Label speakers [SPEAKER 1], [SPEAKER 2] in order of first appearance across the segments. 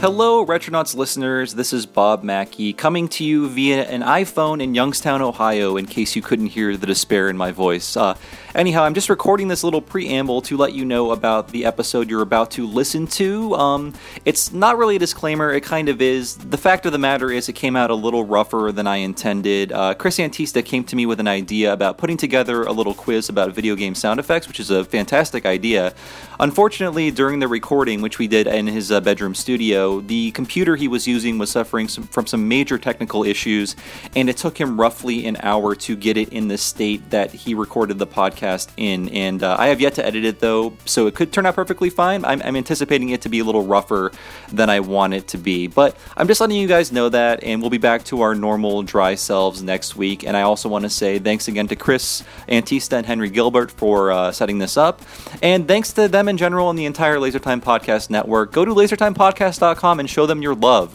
[SPEAKER 1] Hello, Retronauts listeners. This is Bob Mackey coming to you via an iPhone in Youngstown, Ohio, in case you couldn't hear the despair in my voice. Uh, anyhow, I'm just recording this little preamble to let you know about the episode you're about to listen to. Um, it's not really a disclaimer, it kind of is. The fact of the matter is, it came out a little rougher than I intended. Uh, Chris Antista came to me with an idea about putting together a little quiz about video game sound effects, which is a fantastic idea. Unfortunately, during the recording, which we did in his uh, bedroom studio, the computer he was using was suffering some, from some major technical issues, and it took him roughly an hour to get it in the state that he recorded the podcast in. And uh, I have yet to edit it though, so it could turn out perfectly fine. I'm, I'm anticipating it to be a little rougher than I want it to be, but I'm just letting you guys know that, and we'll be back to our normal dry selves next week. And I also want to say thanks again to Chris Antista and Henry Gilbert for uh, setting this up, and thanks to them in general and the entire Lasertime Podcast Network. Go to lasertimepodcast.com and show them your love.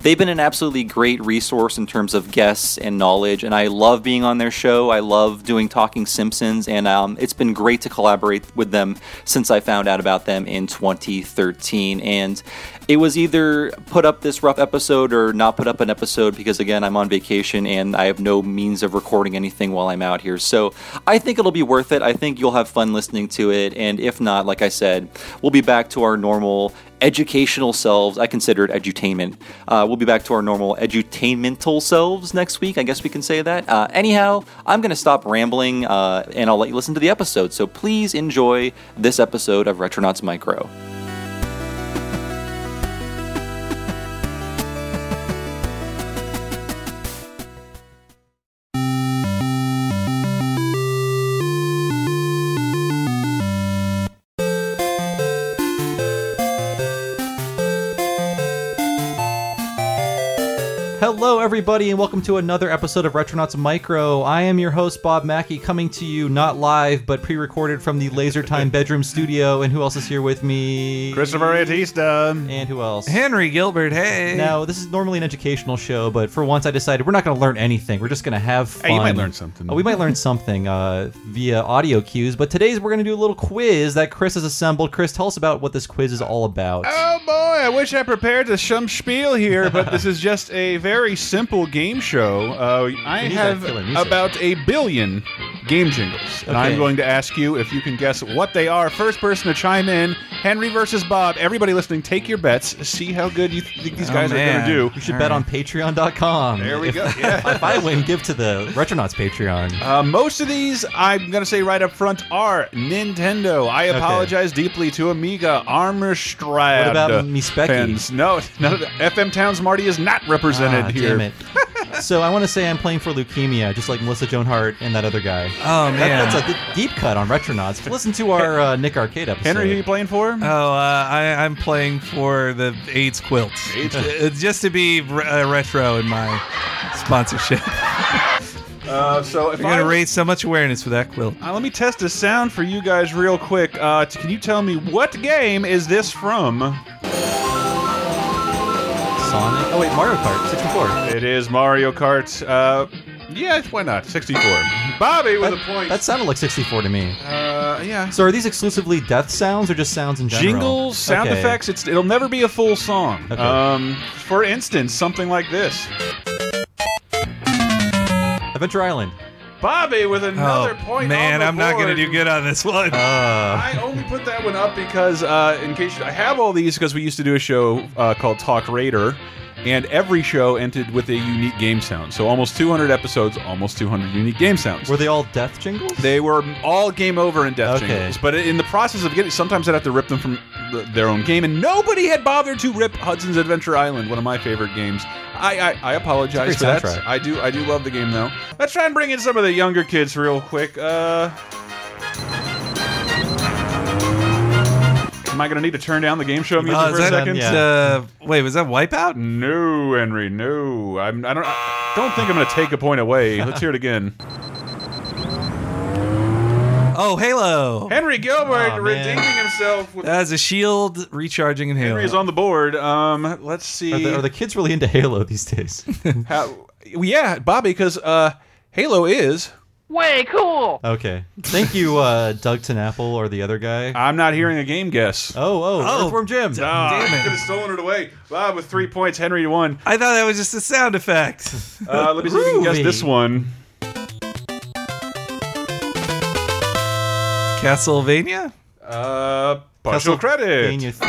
[SPEAKER 1] They've been an absolutely great resource in terms of guests and knowledge, and I love being on their show. I love doing Talking Simpsons, and um, it's been great to collaborate with them since I found out about them in 2013. And it was either put up this rough episode or not put up an episode because, again, I'm on vacation and I have no means of recording anything while I'm out here. So I think it'll be worth it. I think you'll have fun listening to it, and if not, like I said, we'll be back to our normal educational selves. I consider it edutainment. Uh, we'll be back to our normal edutainmental selves next week. I guess we can say that. Uh, anyhow, I'm going to stop rambling uh, and I'll let you listen to the episode. So please enjoy this episode of Retronauts Micro. Hello, everybody, and welcome to another episode of Retronauts Micro. I am your host, Bob Mackey, coming to you not live but pre recorded from the Laser Time Bedroom Studio. And who else is here with me?
[SPEAKER 2] Christopher Antista.
[SPEAKER 1] And who else?
[SPEAKER 3] Henry Gilbert, hey.
[SPEAKER 1] Now, this is normally an educational show, but for once I decided we're not going to learn anything. We're just going to have fun.
[SPEAKER 2] Hey, you might learn something.
[SPEAKER 1] Uh, we might learn something uh, via audio cues, but today's we're going to do a little quiz that Chris has assembled. Chris, tell us about what this quiz is all about.
[SPEAKER 2] Oh boy, I wish I prepared the some spiel here, but this is just a very simple game show. Uh, I
[SPEAKER 1] Music,
[SPEAKER 2] have
[SPEAKER 1] killer music.
[SPEAKER 2] about a billion game jingles, and
[SPEAKER 1] Okay.
[SPEAKER 2] I'm going to ask you if you can guess what they are. First person to chime in, Henry versus Bob. Everybody listening, take your bets. See how good you think these
[SPEAKER 3] Oh,
[SPEAKER 2] guys are
[SPEAKER 3] man.
[SPEAKER 2] going to
[SPEAKER 1] You
[SPEAKER 2] do.
[SPEAKER 1] should bet on patreon.com.
[SPEAKER 2] There we
[SPEAKER 1] If-
[SPEAKER 2] go. Yeah.
[SPEAKER 1] if I win, give to the Retronauts Patreon.
[SPEAKER 2] Uh, most of these, I'm going to say right up front, are Nintendo. I apologize deeply to Amiga, Armor Strad.
[SPEAKER 1] What about me Specky?
[SPEAKER 2] fans. No, none of the, FM Towns Marty is not represented
[SPEAKER 1] Ah,
[SPEAKER 2] here.
[SPEAKER 1] Damn it. so I want to say I'm playing for leukemia, just like Melissa Joan Hart and that other guy.
[SPEAKER 3] Oh man.
[SPEAKER 1] That- that's a d- deep cut on Retronauts. Listen to our uh, Nick Arcade episode.
[SPEAKER 2] Henry, who you playing for?
[SPEAKER 3] oh, uh, I, I'm playing for the AIDS quilt.
[SPEAKER 2] AIDS
[SPEAKER 3] It's just to be re- uh, retro in my sponsorship.
[SPEAKER 2] Uh, so if
[SPEAKER 3] We're gonna
[SPEAKER 2] I-
[SPEAKER 3] raise so much awareness for that quilt.
[SPEAKER 2] Uh, let me test the sound for you guys real quick. Uh, t- can you tell me what game is this from?
[SPEAKER 1] Sonic. Oh wait, Mario Kart 64.
[SPEAKER 2] It is Mario Kart. Uh, yeah, why not? 64. Bobby with a point.
[SPEAKER 1] That sounded like 64 to me.
[SPEAKER 2] uh, yeah.
[SPEAKER 1] So are these exclusively death sounds or just sounds in general?
[SPEAKER 2] Jingles, sound
[SPEAKER 1] Okay.
[SPEAKER 2] effects. It's it'll never be a full song.
[SPEAKER 1] Okay.
[SPEAKER 2] Um, for instance, something like this.
[SPEAKER 1] Adventure Island.
[SPEAKER 2] Bobby with another
[SPEAKER 3] oh
[SPEAKER 2] point.
[SPEAKER 3] man,
[SPEAKER 2] on the
[SPEAKER 3] I'm not gonna
[SPEAKER 2] board.
[SPEAKER 3] do good on this one.
[SPEAKER 1] Uh,
[SPEAKER 2] I only put that one up because, uh, in case you, I have all these because we used to do a show uh, called Talk Raider, and every show ended with a unique game sound. So almost 200 episodes, almost 200 unique game sounds.
[SPEAKER 1] were they all death jingles?
[SPEAKER 2] They were all game over in Death
[SPEAKER 1] Okay.
[SPEAKER 2] Jingles, but in the process of getting, sometimes I'd have to rip them from th- their own game, and nobody had bothered to rip Hudson's Adventure Island, one of my favorite games. I I, I apologize
[SPEAKER 1] It's
[SPEAKER 2] for
[SPEAKER 1] a great
[SPEAKER 2] that.
[SPEAKER 1] soundtrack.
[SPEAKER 2] I do I do love the game though. Let's try and bring in some of the younger kids real quick. Uh, am I gonna need to turn down the game show music
[SPEAKER 3] Oh,
[SPEAKER 2] for
[SPEAKER 3] is
[SPEAKER 2] a
[SPEAKER 3] that,
[SPEAKER 2] second? Mm-hmm.
[SPEAKER 1] Yeah.
[SPEAKER 3] uh, wait, was that Wipeout?
[SPEAKER 2] No, Henry, no. I'm I don't I don't think I'm gonna take a point away. Let's hear it again.
[SPEAKER 3] Oh, Halo.
[SPEAKER 2] Henry Gilbert
[SPEAKER 1] Aw, man.
[SPEAKER 2] redeeming himself with
[SPEAKER 3] That's a shield recharging and Halo.
[SPEAKER 2] Henry is on the board. Um, let's see.
[SPEAKER 1] Are the, are the kids really into Halo these days?
[SPEAKER 2] how, yeah, Bobby, because uh, Halo is
[SPEAKER 4] Way cool.
[SPEAKER 1] Okay. Thank you, uh, Doug Tenapple or the other guy.
[SPEAKER 2] I'm not hearing a game guess. Ah,
[SPEAKER 1] Oh, oh,
[SPEAKER 3] Oh,
[SPEAKER 1] Earthworm Jim.
[SPEAKER 2] I could have stolen it away. Bob with three points, Henry one.
[SPEAKER 3] I thought that was just a sound effect.
[SPEAKER 2] Uh, let me see if you can guess
[SPEAKER 1] Groovy.
[SPEAKER 2] this one.
[SPEAKER 3] Castlevania?
[SPEAKER 2] Uh, partial credit.
[SPEAKER 1] Castlevania 3?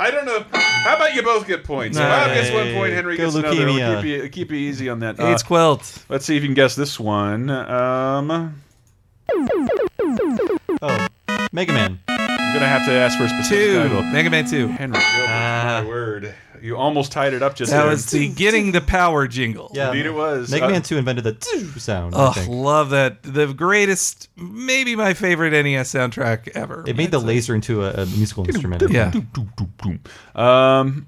[SPEAKER 2] I don't know. How about you both get points?
[SPEAKER 3] No.
[SPEAKER 2] Bob gets one point. Henry
[SPEAKER 1] Go
[SPEAKER 2] gets another. We'll
[SPEAKER 1] leukemia.
[SPEAKER 2] keep you, keep you easy on that. Uh,
[SPEAKER 3] It's Quilt.
[SPEAKER 2] let's see if you can guess this one. Um, I'm
[SPEAKER 1] Oh, Mega Man.
[SPEAKER 2] gonna have to ask for a specific
[SPEAKER 3] Two.
[SPEAKER 2] title.
[SPEAKER 3] Mega Man 2.
[SPEAKER 2] Henry, Gilbert,
[SPEAKER 3] Ah.
[SPEAKER 2] my word, you almost tied it up just
[SPEAKER 3] That
[SPEAKER 2] there.
[SPEAKER 3] was the getting the power jingle.
[SPEAKER 1] Yeah.
[SPEAKER 2] Indeed, it was.
[SPEAKER 1] Mega
[SPEAKER 2] Uh,
[SPEAKER 1] Man 2 invented the "tsk" sound, I
[SPEAKER 3] Oh,
[SPEAKER 1] think.
[SPEAKER 3] love that. The greatest, maybe my favorite NES soundtrack ever.
[SPEAKER 1] It made the laser into a, a musical instrument. I think.
[SPEAKER 3] Yeah.
[SPEAKER 2] Um,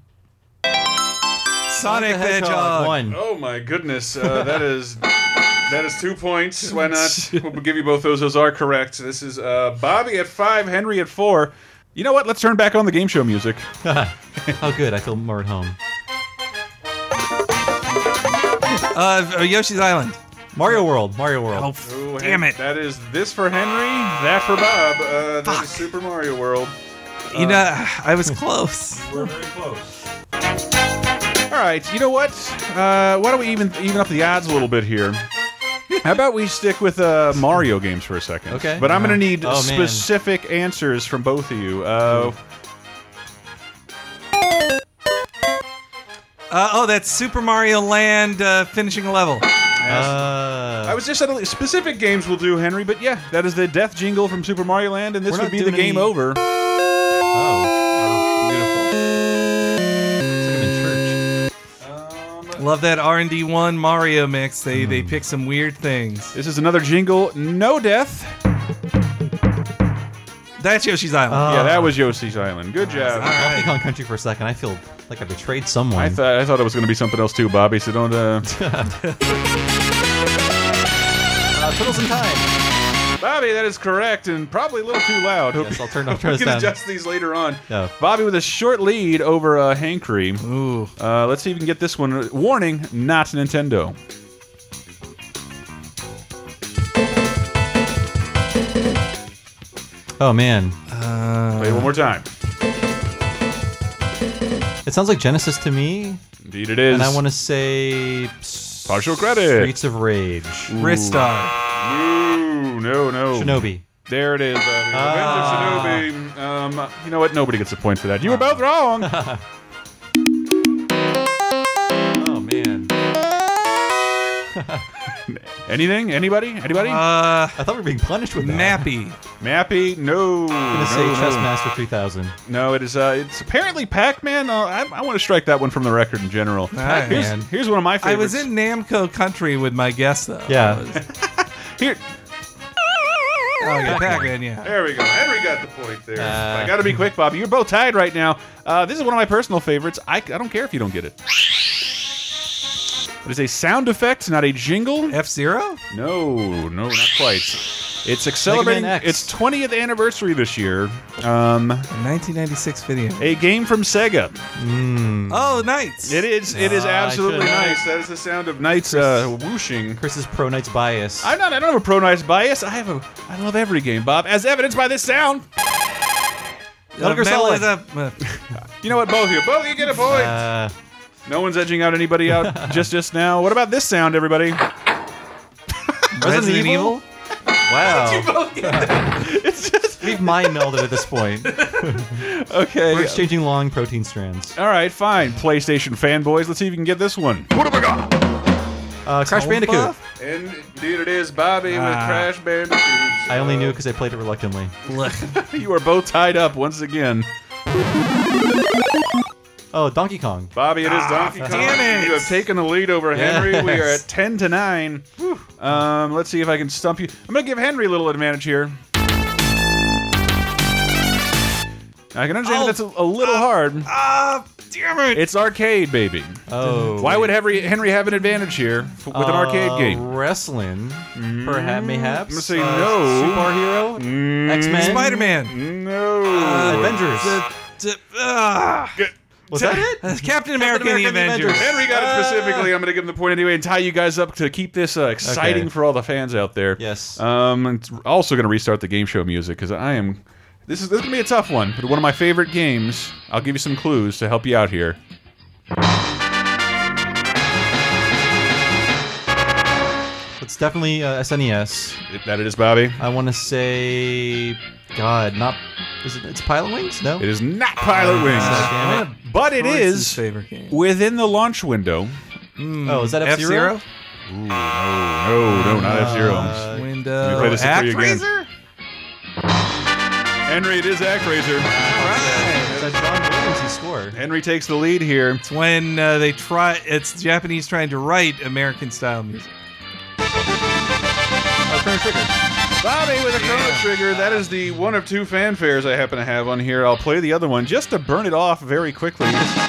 [SPEAKER 3] Sonic the Hedgehog.
[SPEAKER 1] One.
[SPEAKER 2] Oh my goodness, uh, that is that is two points. Why not? We'll give you both those. Those are correct. This is uh, Bobby at five, Henry at four. You know what? Let's turn back on the game show music.
[SPEAKER 1] Oh, good. I feel more at home.
[SPEAKER 3] Uh, Yoshi's Island.
[SPEAKER 1] Mario World. Mario World.
[SPEAKER 3] Oh,
[SPEAKER 2] Ooh,
[SPEAKER 3] damn
[SPEAKER 2] Hen-
[SPEAKER 3] it.
[SPEAKER 2] That is this for Henry, that for Bob. Uh, that is Super Mario World. uh,
[SPEAKER 3] you know, I was close.
[SPEAKER 2] We're very close. All right. You know what? Uh, why don't we even even up the odds a little bit here? How about we stick with uh, Mario games for a second?
[SPEAKER 1] Okay.
[SPEAKER 2] But I'm going to need
[SPEAKER 1] Oh, man.
[SPEAKER 2] specific answers from both of you. Uh,
[SPEAKER 3] Uh, oh, that's Super Mario Land uh, finishing level.
[SPEAKER 1] Uh,
[SPEAKER 2] I was just at specific games we'll do, Henry, but yeah, that is the death jingle from Super Mario Land, and this
[SPEAKER 1] We're
[SPEAKER 2] would
[SPEAKER 1] not
[SPEAKER 2] be the
[SPEAKER 1] doing
[SPEAKER 2] game
[SPEAKER 1] any-
[SPEAKER 2] over.
[SPEAKER 1] oh.
[SPEAKER 2] Beautiful.
[SPEAKER 1] It's like I'm in church.
[SPEAKER 3] Love that R and D one Mario mix. They
[SPEAKER 1] Hmm.
[SPEAKER 3] they pick some weird things.
[SPEAKER 2] This is another jingle, no death.
[SPEAKER 3] That's Yoshi's Island.
[SPEAKER 2] yeah, that
[SPEAKER 1] Ah.
[SPEAKER 2] was Yoshi's Island. Good job.
[SPEAKER 3] All
[SPEAKER 1] Uh, Donkey
[SPEAKER 3] right.
[SPEAKER 1] Kong Country for a second. I feel like I betrayed someone.
[SPEAKER 2] I thought I thought it was going to be something else too, Bobby. So don't. Uh...
[SPEAKER 1] uh, Turtles in Time.
[SPEAKER 2] Bobby, that is correct, and probably a little too loud.
[SPEAKER 1] Yes, I'll turn, I'll turn
[SPEAKER 2] we
[SPEAKER 1] this
[SPEAKER 2] can
[SPEAKER 1] down.
[SPEAKER 2] adjust these later on.
[SPEAKER 1] Yeah.
[SPEAKER 2] Bobby with a short lead over uh, Hankry.
[SPEAKER 3] Ooh,
[SPEAKER 2] Uh, let's see if we can get this one. Warning, not Nintendo.
[SPEAKER 1] Oh, man.
[SPEAKER 2] Play it one more time.
[SPEAKER 1] It sounds like Genesis to me.
[SPEAKER 2] Indeed, it is.
[SPEAKER 1] And I want to say. s-
[SPEAKER 2] Partial credit.
[SPEAKER 1] Streets of Rage.
[SPEAKER 3] wrist star.
[SPEAKER 2] Ooh, no, no.
[SPEAKER 1] Shinobi.
[SPEAKER 2] There it is, Bobby. Revenge
[SPEAKER 1] Ah.
[SPEAKER 2] of Shinobi. Um, you know what? Nobody gets a point for that. You were both wrong.
[SPEAKER 1] Oh, man.
[SPEAKER 2] Anything? Anybody? Anybody?
[SPEAKER 3] Uh,
[SPEAKER 1] I thought we were being punished with that.
[SPEAKER 3] Mappy.
[SPEAKER 2] Mappy? No.
[SPEAKER 1] I'm
[SPEAKER 2] no,
[SPEAKER 1] going to say
[SPEAKER 2] no.
[SPEAKER 1] Chessmaster 3000.
[SPEAKER 2] No, it is. Uh, it's apparently Pac-Man. Uh, I, I want to strike that one from the record in general.
[SPEAKER 3] Nice.
[SPEAKER 2] Here's,
[SPEAKER 1] Man.
[SPEAKER 2] here's one of my
[SPEAKER 3] I
[SPEAKER 2] favorites.
[SPEAKER 3] was in Namco country with my guess though.
[SPEAKER 1] Yeah.
[SPEAKER 2] here.
[SPEAKER 3] Oh, yeah, Pac-Man. Yeah.
[SPEAKER 2] There we go. Henry got the point there.
[SPEAKER 1] Uh.
[SPEAKER 2] I got to be quick, Bobby. You're both tied right now. Uh, this is one of my personal favorites. I, I don't care if you don't get it. It is a sound effect, not a jingle.
[SPEAKER 3] F Zero.
[SPEAKER 2] No, no, not quite. It's
[SPEAKER 1] Mega
[SPEAKER 2] accelerating
[SPEAKER 1] Man X.
[SPEAKER 2] its 20th anniversary this year. Um,
[SPEAKER 3] 1996 video.
[SPEAKER 2] a game from Sega.
[SPEAKER 3] Oh, Knights.
[SPEAKER 2] It is. It is
[SPEAKER 1] Ah, I
[SPEAKER 2] absolutely
[SPEAKER 1] should've known.
[SPEAKER 2] nice. That is the sound of knights uh, whooshing.
[SPEAKER 1] Chris's pro knight's bias.
[SPEAKER 2] I'm not. I don't have a pro knights bias. I have a. I love every game, Bob, as evidenced by this sound.
[SPEAKER 3] Uh,
[SPEAKER 1] Metal Gear
[SPEAKER 3] Metal
[SPEAKER 1] Solid.
[SPEAKER 3] is up. Uh,
[SPEAKER 2] You know what? Both of you. Both of you get a point.
[SPEAKER 1] Uh,
[SPEAKER 2] no one's edging out anybody out just just now. What about this sound, everybody?
[SPEAKER 1] Resident Evil? Wow.
[SPEAKER 2] It's just
[SPEAKER 1] We've mind melded at this point.
[SPEAKER 2] okay.
[SPEAKER 1] We're exchanging long protein strands.
[SPEAKER 2] All right, fine. PlayStation fanboys. Let's see if you can get this one.
[SPEAKER 1] Uh, Crash Bandicoot.
[SPEAKER 3] Buff?
[SPEAKER 2] Indeed, it is Bobby with
[SPEAKER 3] Ah.
[SPEAKER 2] Crash Bandicoot.
[SPEAKER 1] I only knew because I played it reluctantly.
[SPEAKER 3] Look.
[SPEAKER 2] you are both tied up once again.
[SPEAKER 1] Oh, Donkey Kong.
[SPEAKER 2] Bobby, it is Donkey Kong.
[SPEAKER 3] damn it.
[SPEAKER 2] You have taken the lead over Henry. We are at ten to nine. Um, let's see if I can stump you. I'm gonna give Henry a little advantage here. I can understand
[SPEAKER 3] Oh.
[SPEAKER 2] that's a, a little hard.
[SPEAKER 3] Ah, damn it.
[SPEAKER 2] It's arcade, baby.
[SPEAKER 1] Oh.
[SPEAKER 2] Why would Henry Henry have an advantage here f- with an arcade
[SPEAKER 1] Uh,
[SPEAKER 2] game? Mm,
[SPEAKER 1] Wrestling, perhaps, mayhaps.
[SPEAKER 2] I'm gonna say
[SPEAKER 1] Uh, Superhero?
[SPEAKER 2] no.
[SPEAKER 1] X Men?
[SPEAKER 3] Spider-Man.
[SPEAKER 2] No.
[SPEAKER 1] Avengers.
[SPEAKER 3] D- d- ah.
[SPEAKER 1] Was that it?
[SPEAKER 3] That's Captain America, and the
[SPEAKER 1] America and the
[SPEAKER 3] Avengers.
[SPEAKER 1] Avengers.
[SPEAKER 2] Henry got it specifically. I'm going to give him the point anyway and tie you guys up to keep this uh, exciting
[SPEAKER 1] Okay.
[SPEAKER 2] for all the fans out there.
[SPEAKER 1] Yes.
[SPEAKER 2] Um, and it's also going to restart the game show music because I am. This is this is going to be a tough one, but one of my favorite games. I'll give you some clues to help you out here.
[SPEAKER 1] It's definitely uh, SNES.
[SPEAKER 2] It- that it is Bobby.
[SPEAKER 1] I want to say, God, not is it? It's Pilot Wings? No.
[SPEAKER 2] It is not Pilot Wings,
[SPEAKER 3] Uh,
[SPEAKER 1] Damn it.
[SPEAKER 2] but it
[SPEAKER 3] Lawrence's
[SPEAKER 2] is
[SPEAKER 3] favorite game.
[SPEAKER 2] within the launch window. Mm.
[SPEAKER 1] Oh, is that F Zero?
[SPEAKER 3] F-Zero?
[SPEAKER 2] Ooh, no, no, no, not F Zero.
[SPEAKER 1] Uh,
[SPEAKER 3] Window.
[SPEAKER 2] Let me play this for you again.
[SPEAKER 3] Actraiser?
[SPEAKER 2] Henry, it is Actraiser.
[SPEAKER 3] All right.
[SPEAKER 1] It's a John Williams he scored.
[SPEAKER 2] Henry takes the lead here.
[SPEAKER 3] It's when uh, they try. It's Japanese trying to write American style music.
[SPEAKER 2] Bobby with a Chrono
[SPEAKER 3] Yeah.
[SPEAKER 2] Trigger. That is the one of two fanfares I happen to have on here. I'll play the other one just to burn it off very quickly.
[SPEAKER 1] That's a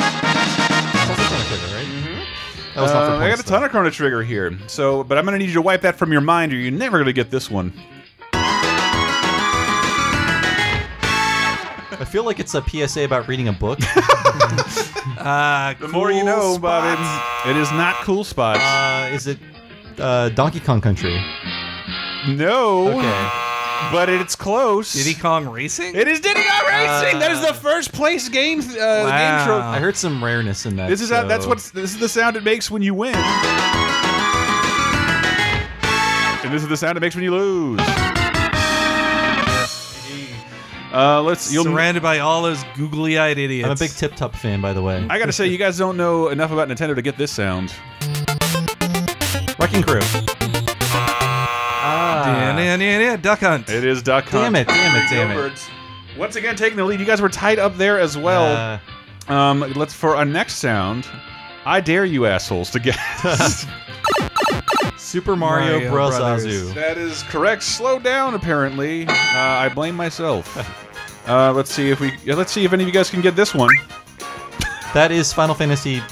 [SPEAKER 1] Chrono Trigger, right? That was not for
[SPEAKER 2] Uh, I got a
[SPEAKER 1] points, though.
[SPEAKER 2] ton of Chrono Trigger here, so but I'm gonna need you to wipe that from your mind, or you're never gonna get this one.
[SPEAKER 1] I feel like it's a PSA about reading a book.
[SPEAKER 3] Uh,
[SPEAKER 2] The more you know,
[SPEAKER 3] Bobby.
[SPEAKER 2] Bobby. It is not Cool Spots.
[SPEAKER 1] uh, is it uh, Donkey Kong Country? Uh,
[SPEAKER 2] no,
[SPEAKER 1] Okay.
[SPEAKER 2] but it's close.
[SPEAKER 3] Diddy Kong Racing?
[SPEAKER 2] It is Diddy Kong Racing. that is the
[SPEAKER 1] Uh,
[SPEAKER 2] first place game uh, game
[SPEAKER 3] Wow.
[SPEAKER 2] trophy.
[SPEAKER 1] I heard some rareness in that.
[SPEAKER 2] This is how, that's
[SPEAKER 1] so-
[SPEAKER 2] what this is the sound it makes when you win. And this is the sound it makes when you lose. Uh, let's. You'll,
[SPEAKER 3] Surrounded by all those googly-eyed idiots.
[SPEAKER 1] I'm a big Tip Top fan, by the way.
[SPEAKER 2] I gotta say, you guys don't know enough about Nintendo to get this sound.
[SPEAKER 1] Wrecking Crew. Ah,
[SPEAKER 3] Yeah, yeah, yeah, yeah, Duck Hunt.
[SPEAKER 2] It is Duck Hunt.
[SPEAKER 1] Damn it! Damn it! Damn it!
[SPEAKER 2] Gilbert's Once again, taking the lead. You guys were tied up there as well.
[SPEAKER 1] Uh,
[SPEAKER 2] um, let's for our next sound. I dare you assholes to guess.
[SPEAKER 1] Super Mario,
[SPEAKER 3] Mario
[SPEAKER 1] Bros.
[SPEAKER 3] Brothers.
[SPEAKER 1] Azu.
[SPEAKER 2] That is correct. Slow down. Apparently, uh, I blame myself. Uh, let's see if we. yeah, Let's see if any of you guys can get this one.
[SPEAKER 1] That is Final Fantasy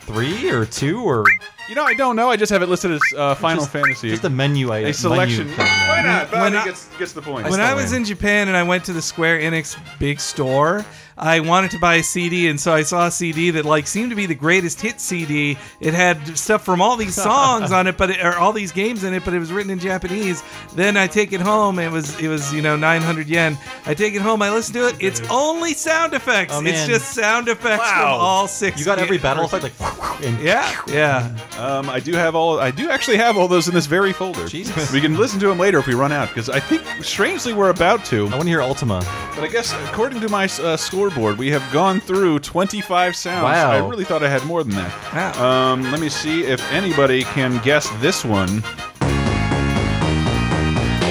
[SPEAKER 1] three or two or
[SPEAKER 2] You know, I don't know. I just have it listed as uh, Final
[SPEAKER 1] just-
[SPEAKER 2] Fantasy.
[SPEAKER 1] just a menu item.
[SPEAKER 2] a selection.
[SPEAKER 1] Menu thing.
[SPEAKER 2] Why not?
[SPEAKER 3] When
[SPEAKER 2] Bobby
[SPEAKER 3] I-
[SPEAKER 2] gets gets the point.
[SPEAKER 3] when I
[SPEAKER 1] still
[SPEAKER 3] was
[SPEAKER 1] win.
[SPEAKER 3] in Japan and I went to the Square Enix big store, I wanted to buy a CD, and so I saw a CD that like seemed to be the greatest hit CD. It had stuff from all these songs on it, but it, or all these games in it, but it was written in Japanese. Then I take it home. It was it was you know 900 yen. I take it home. I listen to it. It's only sound effects.
[SPEAKER 1] Oh,
[SPEAKER 3] it's
[SPEAKER 1] man.
[SPEAKER 3] just sound effects
[SPEAKER 2] Wow.
[SPEAKER 3] from all six.
[SPEAKER 1] You got
[SPEAKER 3] ga-
[SPEAKER 1] every battle effect like. and-
[SPEAKER 3] Yeah, yeah.
[SPEAKER 2] Um, I do have all. I do actually have all those in this very folder.
[SPEAKER 1] Jesus.
[SPEAKER 2] We can listen to them later if we run out, because I think strangely we're about to.
[SPEAKER 1] I want to hear Ultima.
[SPEAKER 2] But I guess according to my uh, scoreboard, we have gone through 25 sounds.
[SPEAKER 1] Wow.
[SPEAKER 2] I really thought I had more than that.
[SPEAKER 3] Wow.
[SPEAKER 2] Um, let me see if anybody can guess this one.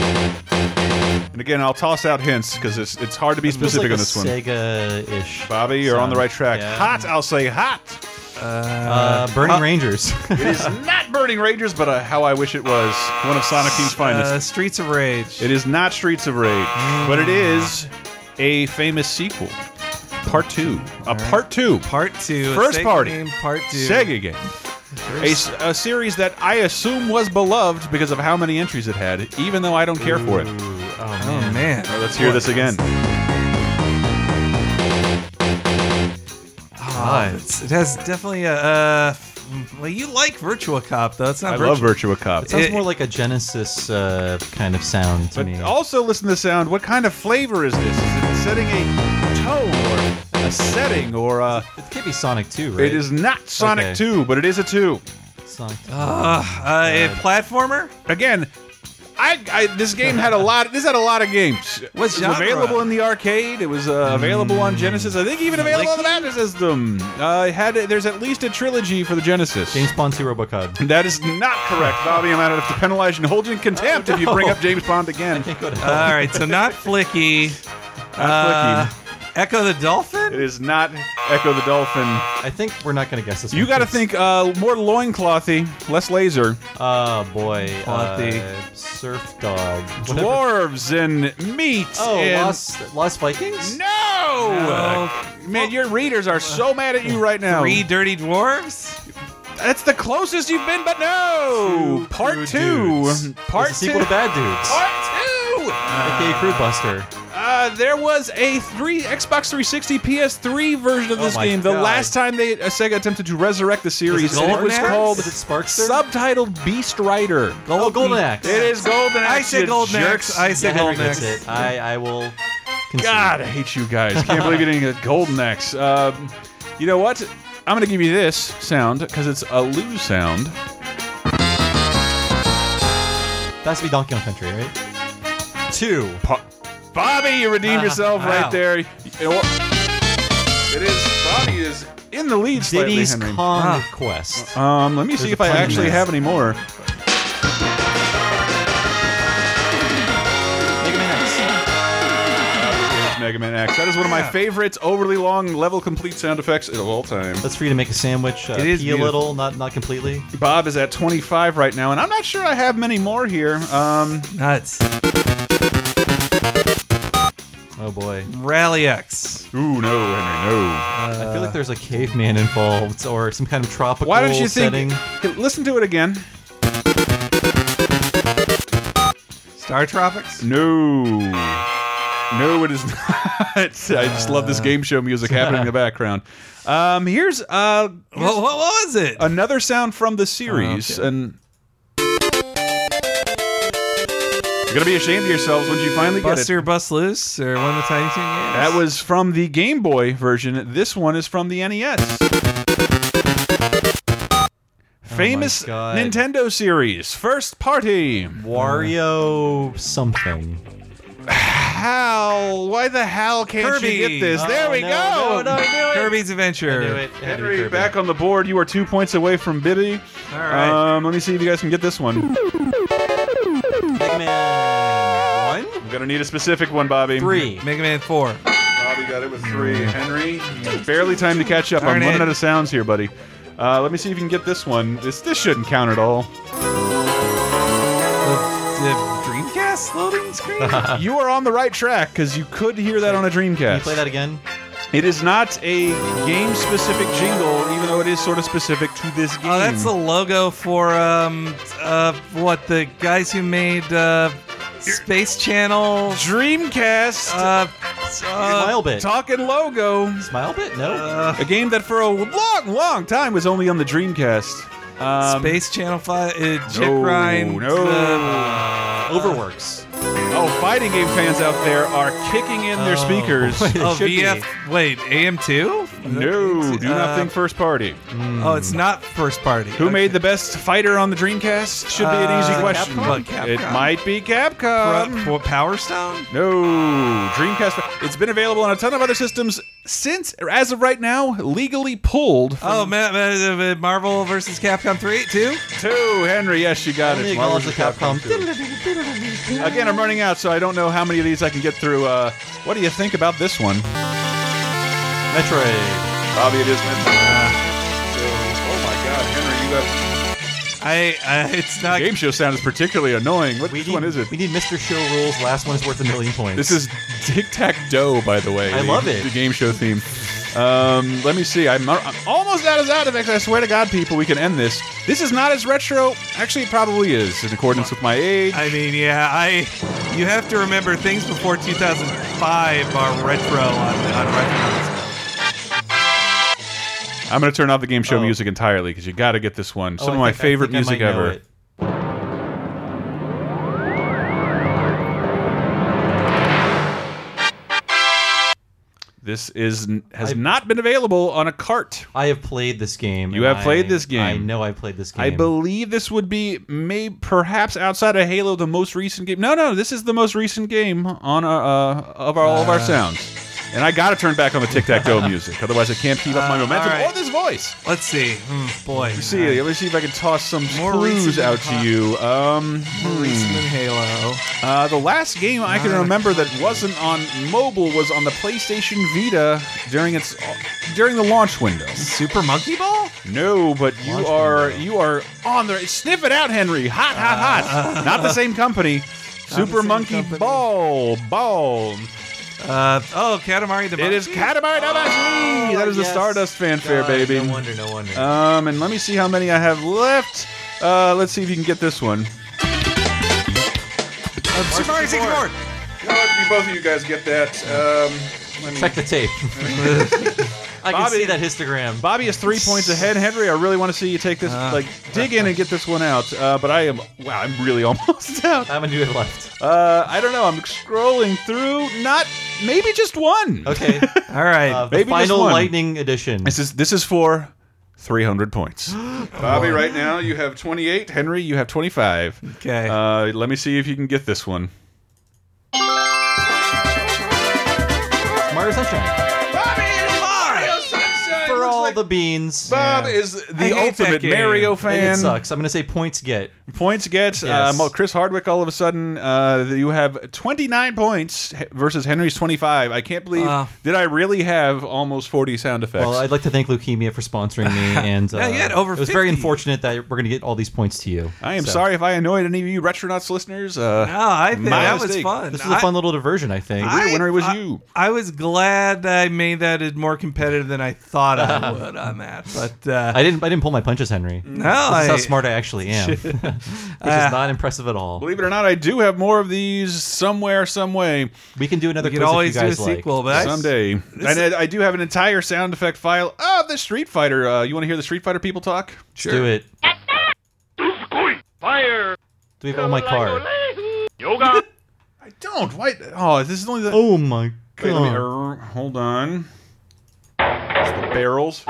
[SPEAKER 2] And again, I'll toss out hints because it's it's hard to be specific on this one.
[SPEAKER 1] Sega-ish.
[SPEAKER 2] Bobby, you're on the right track.
[SPEAKER 1] Yeah.
[SPEAKER 2] Hot, I'll say hot.
[SPEAKER 1] Uh, Burning Rangers.
[SPEAKER 2] It is not Burning Rangers, but uh, how I wish it was. One of Sonic Team's finest.
[SPEAKER 3] Uh, Streets of Rage.
[SPEAKER 2] It is not Streets of Rage, but it is a famous sequel. Part two. A part two.
[SPEAKER 3] Part two. a
[SPEAKER 2] First
[SPEAKER 3] Sega
[SPEAKER 2] party.
[SPEAKER 3] Game, part two.
[SPEAKER 2] Sega game. A, s- a series that I assume was beloved because of how many entries it had, even though I don't care for it. All
[SPEAKER 3] Oh man.
[SPEAKER 2] right, let's hear this again.
[SPEAKER 3] Oh, it's- it has definitely a. Uh, well, you like Virtua Cop though. It's not.
[SPEAKER 2] I
[SPEAKER 3] Virtua-
[SPEAKER 2] love Virtua Cop.
[SPEAKER 1] Sounds
[SPEAKER 3] It-
[SPEAKER 1] more like a Genesis uh, kind of sound to
[SPEAKER 2] But oh!
[SPEAKER 1] me.
[SPEAKER 2] also listen to the sound. What kind of flavor is this? Is it setting a tone or a setting or a.
[SPEAKER 1] it could be Sonic 2, right?
[SPEAKER 2] It is not Sonic
[SPEAKER 1] Okay.
[SPEAKER 2] 2, but it is a 2.
[SPEAKER 1] Sonic Ah, 2.
[SPEAKER 3] Ugh, uh, a platformer.
[SPEAKER 2] again I, I this game had a lot this had a lot of games
[SPEAKER 3] What
[SPEAKER 2] it was
[SPEAKER 3] genre?
[SPEAKER 2] available in the arcade it was uh, available on genesis i think even
[SPEAKER 1] Hmm.
[SPEAKER 2] available on the master system uh, it had there's at least a trilogy for the genesis
[SPEAKER 1] James Ah. Bond 2 RoboCop.
[SPEAKER 2] that is not correct bobby i'm gonna have to penalize you and hold you in contempt if you bring up james bond again
[SPEAKER 1] Go to hell.
[SPEAKER 3] All right, so not Flicky.
[SPEAKER 2] Not
[SPEAKER 3] Uh,
[SPEAKER 2] Flicky.
[SPEAKER 3] Echo the
[SPEAKER 2] it
[SPEAKER 3] Dolphin.
[SPEAKER 2] is not echo the dolphin
[SPEAKER 1] I think we're not going to guess this
[SPEAKER 2] you
[SPEAKER 1] one,
[SPEAKER 2] gotta
[SPEAKER 1] please.
[SPEAKER 2] think uh, more loinclothy less laser
[SPEAKER 1] Oh, boy.
[SPEAKER 3] Clothy.
[SPEAKER 1] Uh, surf Dog. Whatever.
[SPEAKER 2] dwarves and meat
[SPEAKER 1] Oh,
[SPEAKER 2] and
[SPEAKER 1] Lost, Lost Vikings?
[SPEAKER 2] no!
[SPEAKER 3] No.
[SPEAKER 2] man your readers are so mad at you right now
[SPEAKER 3] Three Dirty Dwarves.
[SPEAKER 2] That's the closest you've been, but no.
[SPEAKER 1] Two
[SPEAKER 2] part
[SPEAKER 1] Crew
[SPEAKER 2] two.
[SPEAKER 1] Dudes.
[SPEAKER 2] Part
[SPEAKER 1] It's a
[SPEAKER 2] two.
[SPEAKER 1] sequel to Bad Dudes.
[SPEAKER 2] Part two.
[SPEAKER 1] AKA Crew Buster.
[SPEAKER 2] Uh, Uh, there was a three Xbox 360, PS3 version of this
[SPEAKER 1] Oh my
[SPEAKER 2] game. The
[SPEAKER 1] God.
[SPEAKER 2] last time they uh, Sega attempted to resurrect the series,
[SPEAKER 1] Is it
[SPEAKER 2] and it
[SPEAKER 1] Golden
[SPEAKER 2] was
[SPEAKER 1] Axe?
[SPEAKER 2] called
[SPEAKER 1] Is it Sparkster?
[SPEAKER 2] subtitled Beast Rider.
[SPEAKER 1] Oh, Golden Axe.
[SPEAKER 2] It is Golden
[SPEAKER 3] I
[SPEAKER 2] Axe,
[SPEAKER 3] said
[SPEAKER 2] you
[SPEAKER 3] Golden
[SPEAKER 2] jerks.
[SPEAKER 3] Axe. I
[SPEAKER 1] Yeah,
[SPEAKER 3] said
[SPEAKER 1] Henry
[SPEAKER 3] Golden
[SPEAKER 1] gets
[SPEAKER 3] Axe.
[SPEAKER 1] it. I, I will. Concede.
[SPEAKER 2] God, I hate you guys. Can't believe you didn't get Golden Axe. Um, you know what? I'm going to give you this sound because it's a lose sound.
[SPEAKER 1] That's be Donkey Kong Country, right? Two.
[SPEAKER 2] Po- Bobby, you redeemed yourself
[SPEAKER 1] Ah, wow.
[SPEAKER 2] right there. You know what? It is. Bobby is in the lead slightly,
[SPEAKER 1] Diddy's
[SPEAKER 2] Henry.
[SPEAKER 1] Kong Quest.
[SPEAKER 2] Um, let me see
[SPEAKER 1] There's
[SPEAKER 2] if
[SPEAKER 1] a
[SPEAKER 2] I
[SPEAKER 1] pun in
[SPEAKER 2] actually
[SPEAKER 1] there.
[SPEAKER 2] have any more.
[SPEAKER 5] Mega Man X.
[SPEAKER 2] There's Mega Man X. That is one of my favorite overly long level complete sound effects of all time.
[SPEAKER 1] That's for you to make a sandwich. Uh,
[SPEAKER 2] It is
[SPEAKER 1] pee a
[SPEAKER 2] beautiful.
[SPEAKER 1] little, not not completely.
[SPEAKER 2] Bob is at 25 right now, and I'm not sure I have many more here. Um,
[SPEAKER 3] Nuts.
[SPEAKER 1] Oh boy.
[SPEAKER 3] Rally X.
[SPEAKER 2] ooh, no, Henry, no.
[SPEAKER 1] I feel like there's a caveman involved or some kind of tropical
[SPEAKER 2] Why don't you think?
[SPEAKER 1] setting.
[SPEAKER 2] Hey, Listen to it again.
[SPEAKER 3] Star Tropics.
[SPEAKER 2] No. No, it is not. I just love this game show music happening in the background. Um, here's uh,
[SPEAKER 3] What, what was it?
[SPEAKER 2] another sound from the series,
[SPEAKER 1] Oh, okay.
[SPEAKER 2] and you're gonna be ashamed of yourselves once you finally get it.
[SPEAKER 3] Buster Bust Loose or one of the Tiny Toon games?
[SPEAKER 2] That was from the Game Boy version. This one is from the E NES. Oh Famous
[SPEAKER 1] God.
[SPEAKER 2] Nintendo series, first party.
[SPEAKER 1] Wario something.
[SPEAKER 2] Hal, why the hell can't you get
[SPEAKER 3] Kirby.
[SPEAKER 2] this? there
[SPEAKER 1] Oh,
[SPEAKER 2] we
[SPEAKER 1] no, no,
[SPEAKER 2] go.
[SPEAKER 1] no, no.
[SPEAKER 3] Kirby's Adventure.
[SPEAKER 1] Do it. It had to be
[SPEAKER 2] Henry
[SPEAKER 1] Kirby.
[SPEAKER 2] back on the board. You are two points away from Bibby.
[SPEAKER 3] All right.
[SPEAKER 2] Um, let me see if you guys can get this one.
[SPEAKER 1] Mega Man one,
[SPEAKER 2] I'm gonna need a specific one, Bobby.
[SPEAKER 1] three.
[SPEAKER 3] Mega Man 4.
[SPEAKER 2] Bobby got it with three. Henry, barely time to catch up. I'm
[SPEAKER 3] Darn it.
[SPEAKER 2] running out of sounds here, buddy. Uh, let me see if you can get this one. This this shouldn't count at all.
[SPEAKER 3] The, the Dreamcast loading screen?
[SPEAKER 2] you are on the right track because you could hear that on a
[SPEAKER 1] Can you
[SPEAKER 2] Dreamcast.
[SPEAKER 1] play that again?
[SPEAKER 2] It is not a game-specific jingle, even though it is sort of specific to this game.
[SPEAKER 3] Oh, that's the logo for um, uh, what the guys who made uh, Space Channel.
[SPEAKER 2] Dreamcast
[SPEAKER 3] Uh,
[SPEAKER 1] Smile
[SPEAKER 3] uh,
[SPEAKER 1] bit.
[SPEAKER 2] talking logo.
[SPEAKER 1] Smile bit? No.
[SPEAKER 3] uh,
[SPEAKER 2] A game that for a long, long time was only on the Dreamcast. Um,
[SPEAKER 3] Space Channel Five. Uh, Chick
[SPEAKER 2] no,
[SPEAKER 3] Ryan.
[SPEAKER 2] no.
[SPEAKER 3] uh,
[SPEAKER 1] Overworks.
[SPEAKER 2] Oh, fighting game fans out there are kicking in their
[SPEAKER 1] Oh.
[SPEAKER 2] speakers.
[SPEAKER 1] Wait. It
[SPEAKER 3] oh,
[SPEAKER 1] should be.
[SPEAKER 3] VF. Wait, AM2?
[SPEAKER 2] no, do not
[SPEAKER 3] Uh,
[SPEAKER 2] think first party.
[SPEAKER 3] Oh, it's not first party.
[SPEAKER 2] Who made the best fighter on the Dreamcast? Should be an easy
[SPEAKER 3] Uh,
[SPEAKER 2] question.
[SPEAKER 3] Capcom? Look, Capcom.
[SPEAKER 2] It might be Capcom.
[SPEAKER 3] Pro- Power Stone?
[SPEAKER 2] No, Dreamcast. It's been available on a ton of other systems since, as of right now, legally pulled. From
[SPEAKER 3] Oh, Ma- Ma- Ma- Marvel versus Capcom 3, 2?
[SPEAKER 2] two, Henry. Yes, you got
[SPEAKER 1] Only
[SPEAKER 2] it. Marvel
[SPEAKER 1] acknowledge the
[SPEAKER 2] vs.
[SPEAKER 1] Capcom.
[SPEAKER 2] two. Again, I'm running out, so I don't know how many of these I can get through. Uh, what do you think about this one?
[SPEAKER 1] Metroid.
[SPEAKER 2] Bobby, it is. Uh, Oh my God, Henry, you got
[SPEAKER 3] I, I, it's not.
[SPEAKER 2] game show sound is particularly annoying. What
[SPEAKER 1] We
[SPEAKER 2] which
[SPEAKER 1] need,
[SPEAKER 2] one is it?
[SPEAKER 1] We need Mr. Show rules. Last one is worth a million points.
[SPEAKER 2] This is Tic Tac Doe, by the way.
[SPEAKER 1] I
[SPEAKER 2] the-
[SPEAKER 1] love it.
[SPEAKER 2] The game show theme. Um, let me see. I'm, I'm almost out of Zadovex. I swear to God, people, we can end this. This is not as retro. Actually, it probably is in accordance with my age.
[SPEAKER 3] I mean, yeah, I. You have to remember things before 2005 are retro on, on retro.
[SPEAKER 2] I'm going to turn off the game show
[SPEAKER 1] Oh.
[SPEAKER 2] music entirely because you got to get this one.
[SPEAKER 1] Oh,
[SPEAKER 2] Some
[SPEAKER 1] I
[SPEAKER 2] of my
[SPEAKER 1] think- I
[SPEAKER 2] favorite
[SPEAKER 1] think I
[SPEAKER 2] music
[SPEAKER 1] might know
[SPEAKER 2] ever.
[SPEAKER 1] it.
[SPEAKER 2] This is has
[SPEAKER 1] I-
[SPEAKER 2] not been available on a cart.
[SPEAKER 1] I have played this game.
[SPEAKER 2] You
[SPEAKER 1] and
[SPEAKER 2] have played
[SPEAKER 1] I-
[SPEAKER 2] this game.
[SPEAKER 1] I know I played this game.
[SPEAKER 2] I believe this would be may perhaps outside of Halo the most recent game. No, no, this is the most recent game on our, uh, of our, all of our sounds. And I got to turn back on the Tic Tac Toe music, otherwise I can't keep up my
[SPEAKER 3] Uh,
[SPEAKER 2] momentum
[SPEAKER 3] all right.
[SPEAKER 2] or this voice.
[SPEAKER 3] Let's see. Hmm, boy.
[SPEAKER 2] Let's see, uh, let me see if I can toss some
[SPEAKER 3] More
[SPEAKER 2] clues
[SPEAKER 3] recent
[SPEAKER 2] out
[SPEAKER 3] than
[SPEAKER 2] to you. Um,
[SPEAKER 3] More recent than Halo.
[SPEAKER 2] uh, the last game I can remember that wasn't on mobile was on the PlayStation Vita during its during the launch window.
[SPEAKER 3] Super Monkey Ball?
[SPEAKER 2] No, but you
[SPEAKER 1] Launch
[SPEAKER 2] are
[SPEAKER 1] window.
[SPEAKER 2] you are on there. Sniff it out, Henry. Hot, hot, hot. not the same company. Super
[SPEAKER 3] same
[SPEAKER 2] Monkey
[SPEAKER 3] company.
[SPEAKER 2] Ball Ball.
[SPEAKER 3] Uh, oh, Katamari Damacy?
[SPEAKER 2] It is Katamari Damacy. that is the
[SPEAKER 1] Oh, yes.
[SPEAKER 2] Stardust fanfare,
[SPEAKER 1] God,
[SPEAKER 2] baby.
[SPEAKER 1] No wonder, no wonder.
[SPEAKER 2] Um, and let me see how many I have left. Uh, let's see if you can get this one.
[SPEAKER 3] Uh, Super Mario 64.
[SPEAKER 2] How do both of you guys get that? Um, let me-
[SPEAKER 1] Check the tape. I can
[SPEAKER 2] Bobby-
[SPEAKER 1] see that histogram.
[SPEAKER 2] Bobby is three points ahead. Henry, I really want to see you take this, like, dig in and get this one out. Uh, but I am, wow, I'm really almost out.
[SPEAKER 1] How many do we have left?
[SPEAKER 2] Uh, I don't know. I'm scrolling through. Not maybe just one.
[SPEAKER 1] Okay.
[SPEAKER 3] All right.
[SPEAKER 1] Uh, the
[SPEAKER 2] Maybe just
[SPEAKER 1] final
[SPEAKER 2] one.
[SPEAKER 1] lightning edition.
[SPEAKER 2] This is this is for 300 points. Bobby, right now you have 28. Henry, you have 25.
[SPEAKER 3] okay.
[SPEAKER 2] Uh, let me see if you can get this one.
[SPEAKER 1] Mario Sunshine.
[SPEAKER 2] Bobby is Mario Sunshine.
[SPEAKER 1] For
[SPEAKER 2] Looks
[SPEAKER 1] all
[SPEAKER 2] like
[SPEAKER 1] the beans.
[SPEAKER 2] Bob
[SPEAKER 3] Yeah.
[SPEAKER 2] is
[SPEAKER 3] hate
[SPEAKER 2] the
[SPEAKER 3] that
[SPEAKER 2] ultimate
[SPEAKER 3] game.
[SPEAKER 2] Mario
[SPEAKER 1] It
[SPEAKER 2] fan.
[SPEAKER 1] sucks. I'm gonna say points get.
[SPEAKER 2] Points gets
[SPEAKER 1] Yes.
[SPEAKER 2] um, Chris Hardwick. All of a sudden, uh, you have 29 points he- versus Henry's 25. I can't believe
[SPEAKER 3] Uh.
[SPEAKER 2] did I really have almost 40 sound effects.
[SPEAKER 1] Well, I'd like to thank Leukemia for sponsoring me, and uh,
[SPEAKER 3] Yeah, you had over
[SPEAKER 1] it was very
[SPEAKER 3] 50.
[SPEAKER 1] unfortunate that we're gonna get all these points to you.
[SPEAKER 2] I am
[SPEAKER 1] So,
[SPEAKER 2] sorry if I annoyed any of you Retronauts listeners. Uh,
[SPEAKER 3] no, I think
[SPEAKER 2] my
[SPEAKER 3] that was
[SPEAKER 2] mistake.
[SPEAKER 3] fun.
[SPEAKER 1] This was a
[SPEAKER 3] I-
[SPEAKER 1] fun little diversion, I think.
[SPEAKER 2] I- winner was
[SPEAKER 3] I-
[SPEAKER 2] you.
[SPEAKER 3] I was glad I made that as more competitive than I thought I would on that. But uh,
[SPEAKER 1] I didn't. I didn't pull my punches, Henry.
[SPEAKER 3] no,
[SPEAKER 1] This is how
[SPEAKER 3] I-
[SPEAKER 1] smart I actually am, which is
[SPEAKER 3] Ah.
[SPEAKER 1] not impressive at all.
[SPEAKER 2] Believe it or not, I do have more of these somewhere, some way,
[SPEAKER 1] We can do another.
[SPEAKER 3] we could
[SPEAKER 1] quiz if
[SPEAKER 3] always
[SPEAKER 1] you
[SPEAKER 3] do a
[SPEAKER 1] guys like.
[SPEAKER 3] sequel, but I-
[SPEAKER 2] someday. And I, I do have an entire sound effect file of the Street Fighter. Uh, you want to hear the Street Fighter people talk?
[SPEAKER 1] Let's do it.
[SPEAKER 4] Fire!
[SPEAKER 1] Do we have oh my car?
[SPEAKER 4] Yoga!
[SPEAKER 2] I don't. Why? Oh, this is only the.
[SPEAKER 1] Oh my
[SPEAKER 2] Wait, let me,
[SPEAKER 1] god!
[SPEAKER 2] er, hold on. It's the barrels.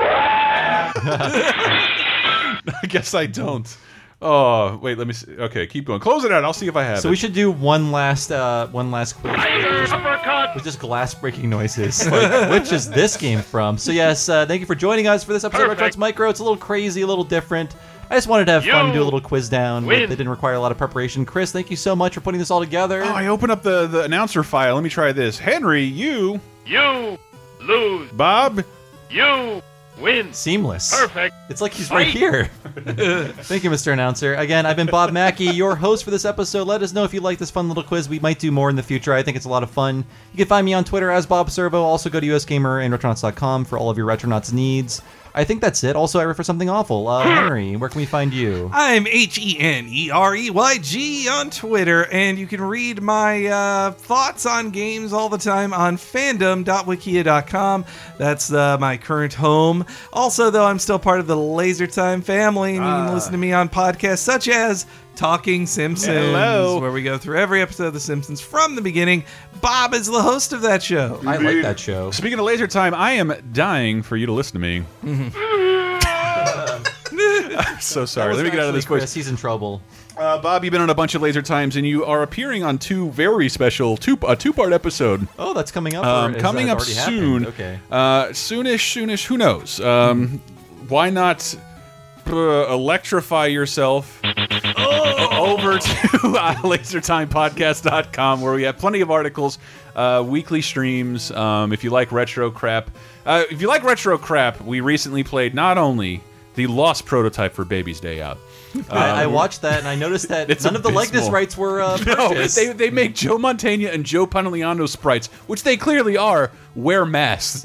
[SPEAKER 2] I guess I don't. Oh, wait, let me see. Okay, keep going. Close it out. I'll see if I have
[SPEAKER 1] So
[SPEAKER 2] it.
[SPEAKER 1] we should do one last, uh, one last quiz.
[SPEAKER 4] Uppercut!
[SPEAKER 1] with just glass breaking noises. Like, which is this game from? So yes, uh, thank you for joining us for this episode of
[SPEAKER 4] Perfect.
[SPEAKER 1] Retronauts Micro. It's a little crazy, a little different. I just wanted to have fun,
[SPEAKER 4] You
[SPEAKER 1] do a little quiz down. but
[SPEAKER 4] win.
[SPEAKER 1] It didn't require a lot of preparation. Chris, thank you so much for putting this all together.
[SPEAKER 2] Oh, I open up the, the announcer file. Let me try this. Henry, you,
[SPEAKER 4] You lose!
[SPEAKER 2] Bob,
[SPEAKER 4] You win!
[SPEAKER 1] Seamless.
[SPEAKER 4] Perfect!
[SPEAKER 1] It's like he's right
[SPEAKER 4] Sweet.
[SPEAKER 1] here. Thank you, Mr. Announcer. Again, I've been Bob Mackey, your host for this episode. Let us know if you like this fun little quiz. We might do more in the future. I think it's a lot of fun. You can find me on Twitter as Bob Servo. Also, go to usgamer and retronauts.com for all of your retronauts needs. I think that's it. Also, I refer something awful. Uh, Henry, where can we find you?
[SPEAKER 3] I'm H E N E R E Y G on Twitter, and you can read my uh, thoughts on games all the time on fandom.wikia.com. That's uh, my current home. Also, though, I'm still part of the Laser Time family, and you can listen to me on podcasts such as Talking Simpsons,
[SPEAKER 2] Hello.
[SPEAKER 3] where we go through every episode of The Simpsons from the beginning. Bob is the host of that show.
[SPEAKER 1] I like that show.
[SPEAKER 2] Speaking of laser time, I am dying for you to listen to me. I'm so sorry. Let me get out of this
[SPEAKER 1] Actually,
[SPEAKER 2] voice.
[SPEAKER 1] Chris, he's in trouble.
[SPEAKER 2] Uh, Bob, you've been on a bunch of laser times, and you are appearing on two very special two a two part episode.
[SPEAKER 1] Oh, that's coming up. or
[SPEAKER 2] Um,
[SPEAKER 1] is
[SPEAKER 2] coming
[SPEAKER 1] that
[SPEAKER 2] up
[SPEAKER 1] already
[SPEAKER 2] soon.
[SPEAKER 1] happened? Okay.
[SPEAKER 2] Uh, soonish, soonish. Who knows? Um, why not uh, electrify yourself
[SPEAKER 1] Oh.
[SPEAKER 2] over to uh, lasertimepodcast.com where we have plenty of articles, uh, weekly streams. Um, if you like retro crap, uh, if you like retro crap, we recently played not only the lost prototype for Baby's Day Out.
[SPEAKER 1] I, I watched that and I noticed that
[SPEAKER 2] Um, It's
[SPEAKER 1] none of the likeness
[SPEAKER 2] abysmal.
[SPEAKER 1] rights were uh,
[SPEAKER 2] No,
[SPEAKER 1] purchased.
[SPEAKER 2] they, they make Joe Montana and Joe Pantoliano sprites, which they clearly are, wear masks.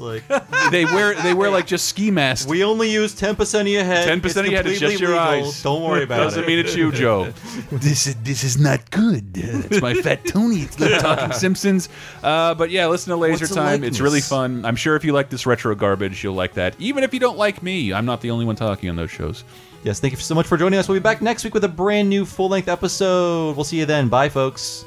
[SPEAKER 1] It's like,
[SPEAKER 2] they wear they wear like just ski masks.
[SPEAKER 1] We only use 10% of your head.
[SPEAKER 2] 10% of
[SPEAKER 1] It's
[SPEAKER 2] your head
[SPEAKER 1] completely
[SPEAKER 2] is just your
[SPEAKER 1] legal.
[SPEAKER 2] eyes.
[SPEAKER 1] Don't worry about
[SPEAKER 2] Doesn't
[SPEAKER 1] it.
[SPEAKER 2] mean it's you, Joe. this is this is not good. It's my fat Tony. It's not talking Simpsons. Uh, but yeah, listen to Laser
[SPEAKER 1] What's a
[SPEAKER 2] Time. It's
[SPEAKER 1] likeness?
[SPEAKER 2] really fun. I'm sure if you like this retro garbage, you'll like that. Even if you don't like me, I'm not the only one talking on those shows.
[SPEAKER 1] yes, thank you so much for joining us. We'll be back next week with a brand new full length episode. We'll see you then. Bye, folks.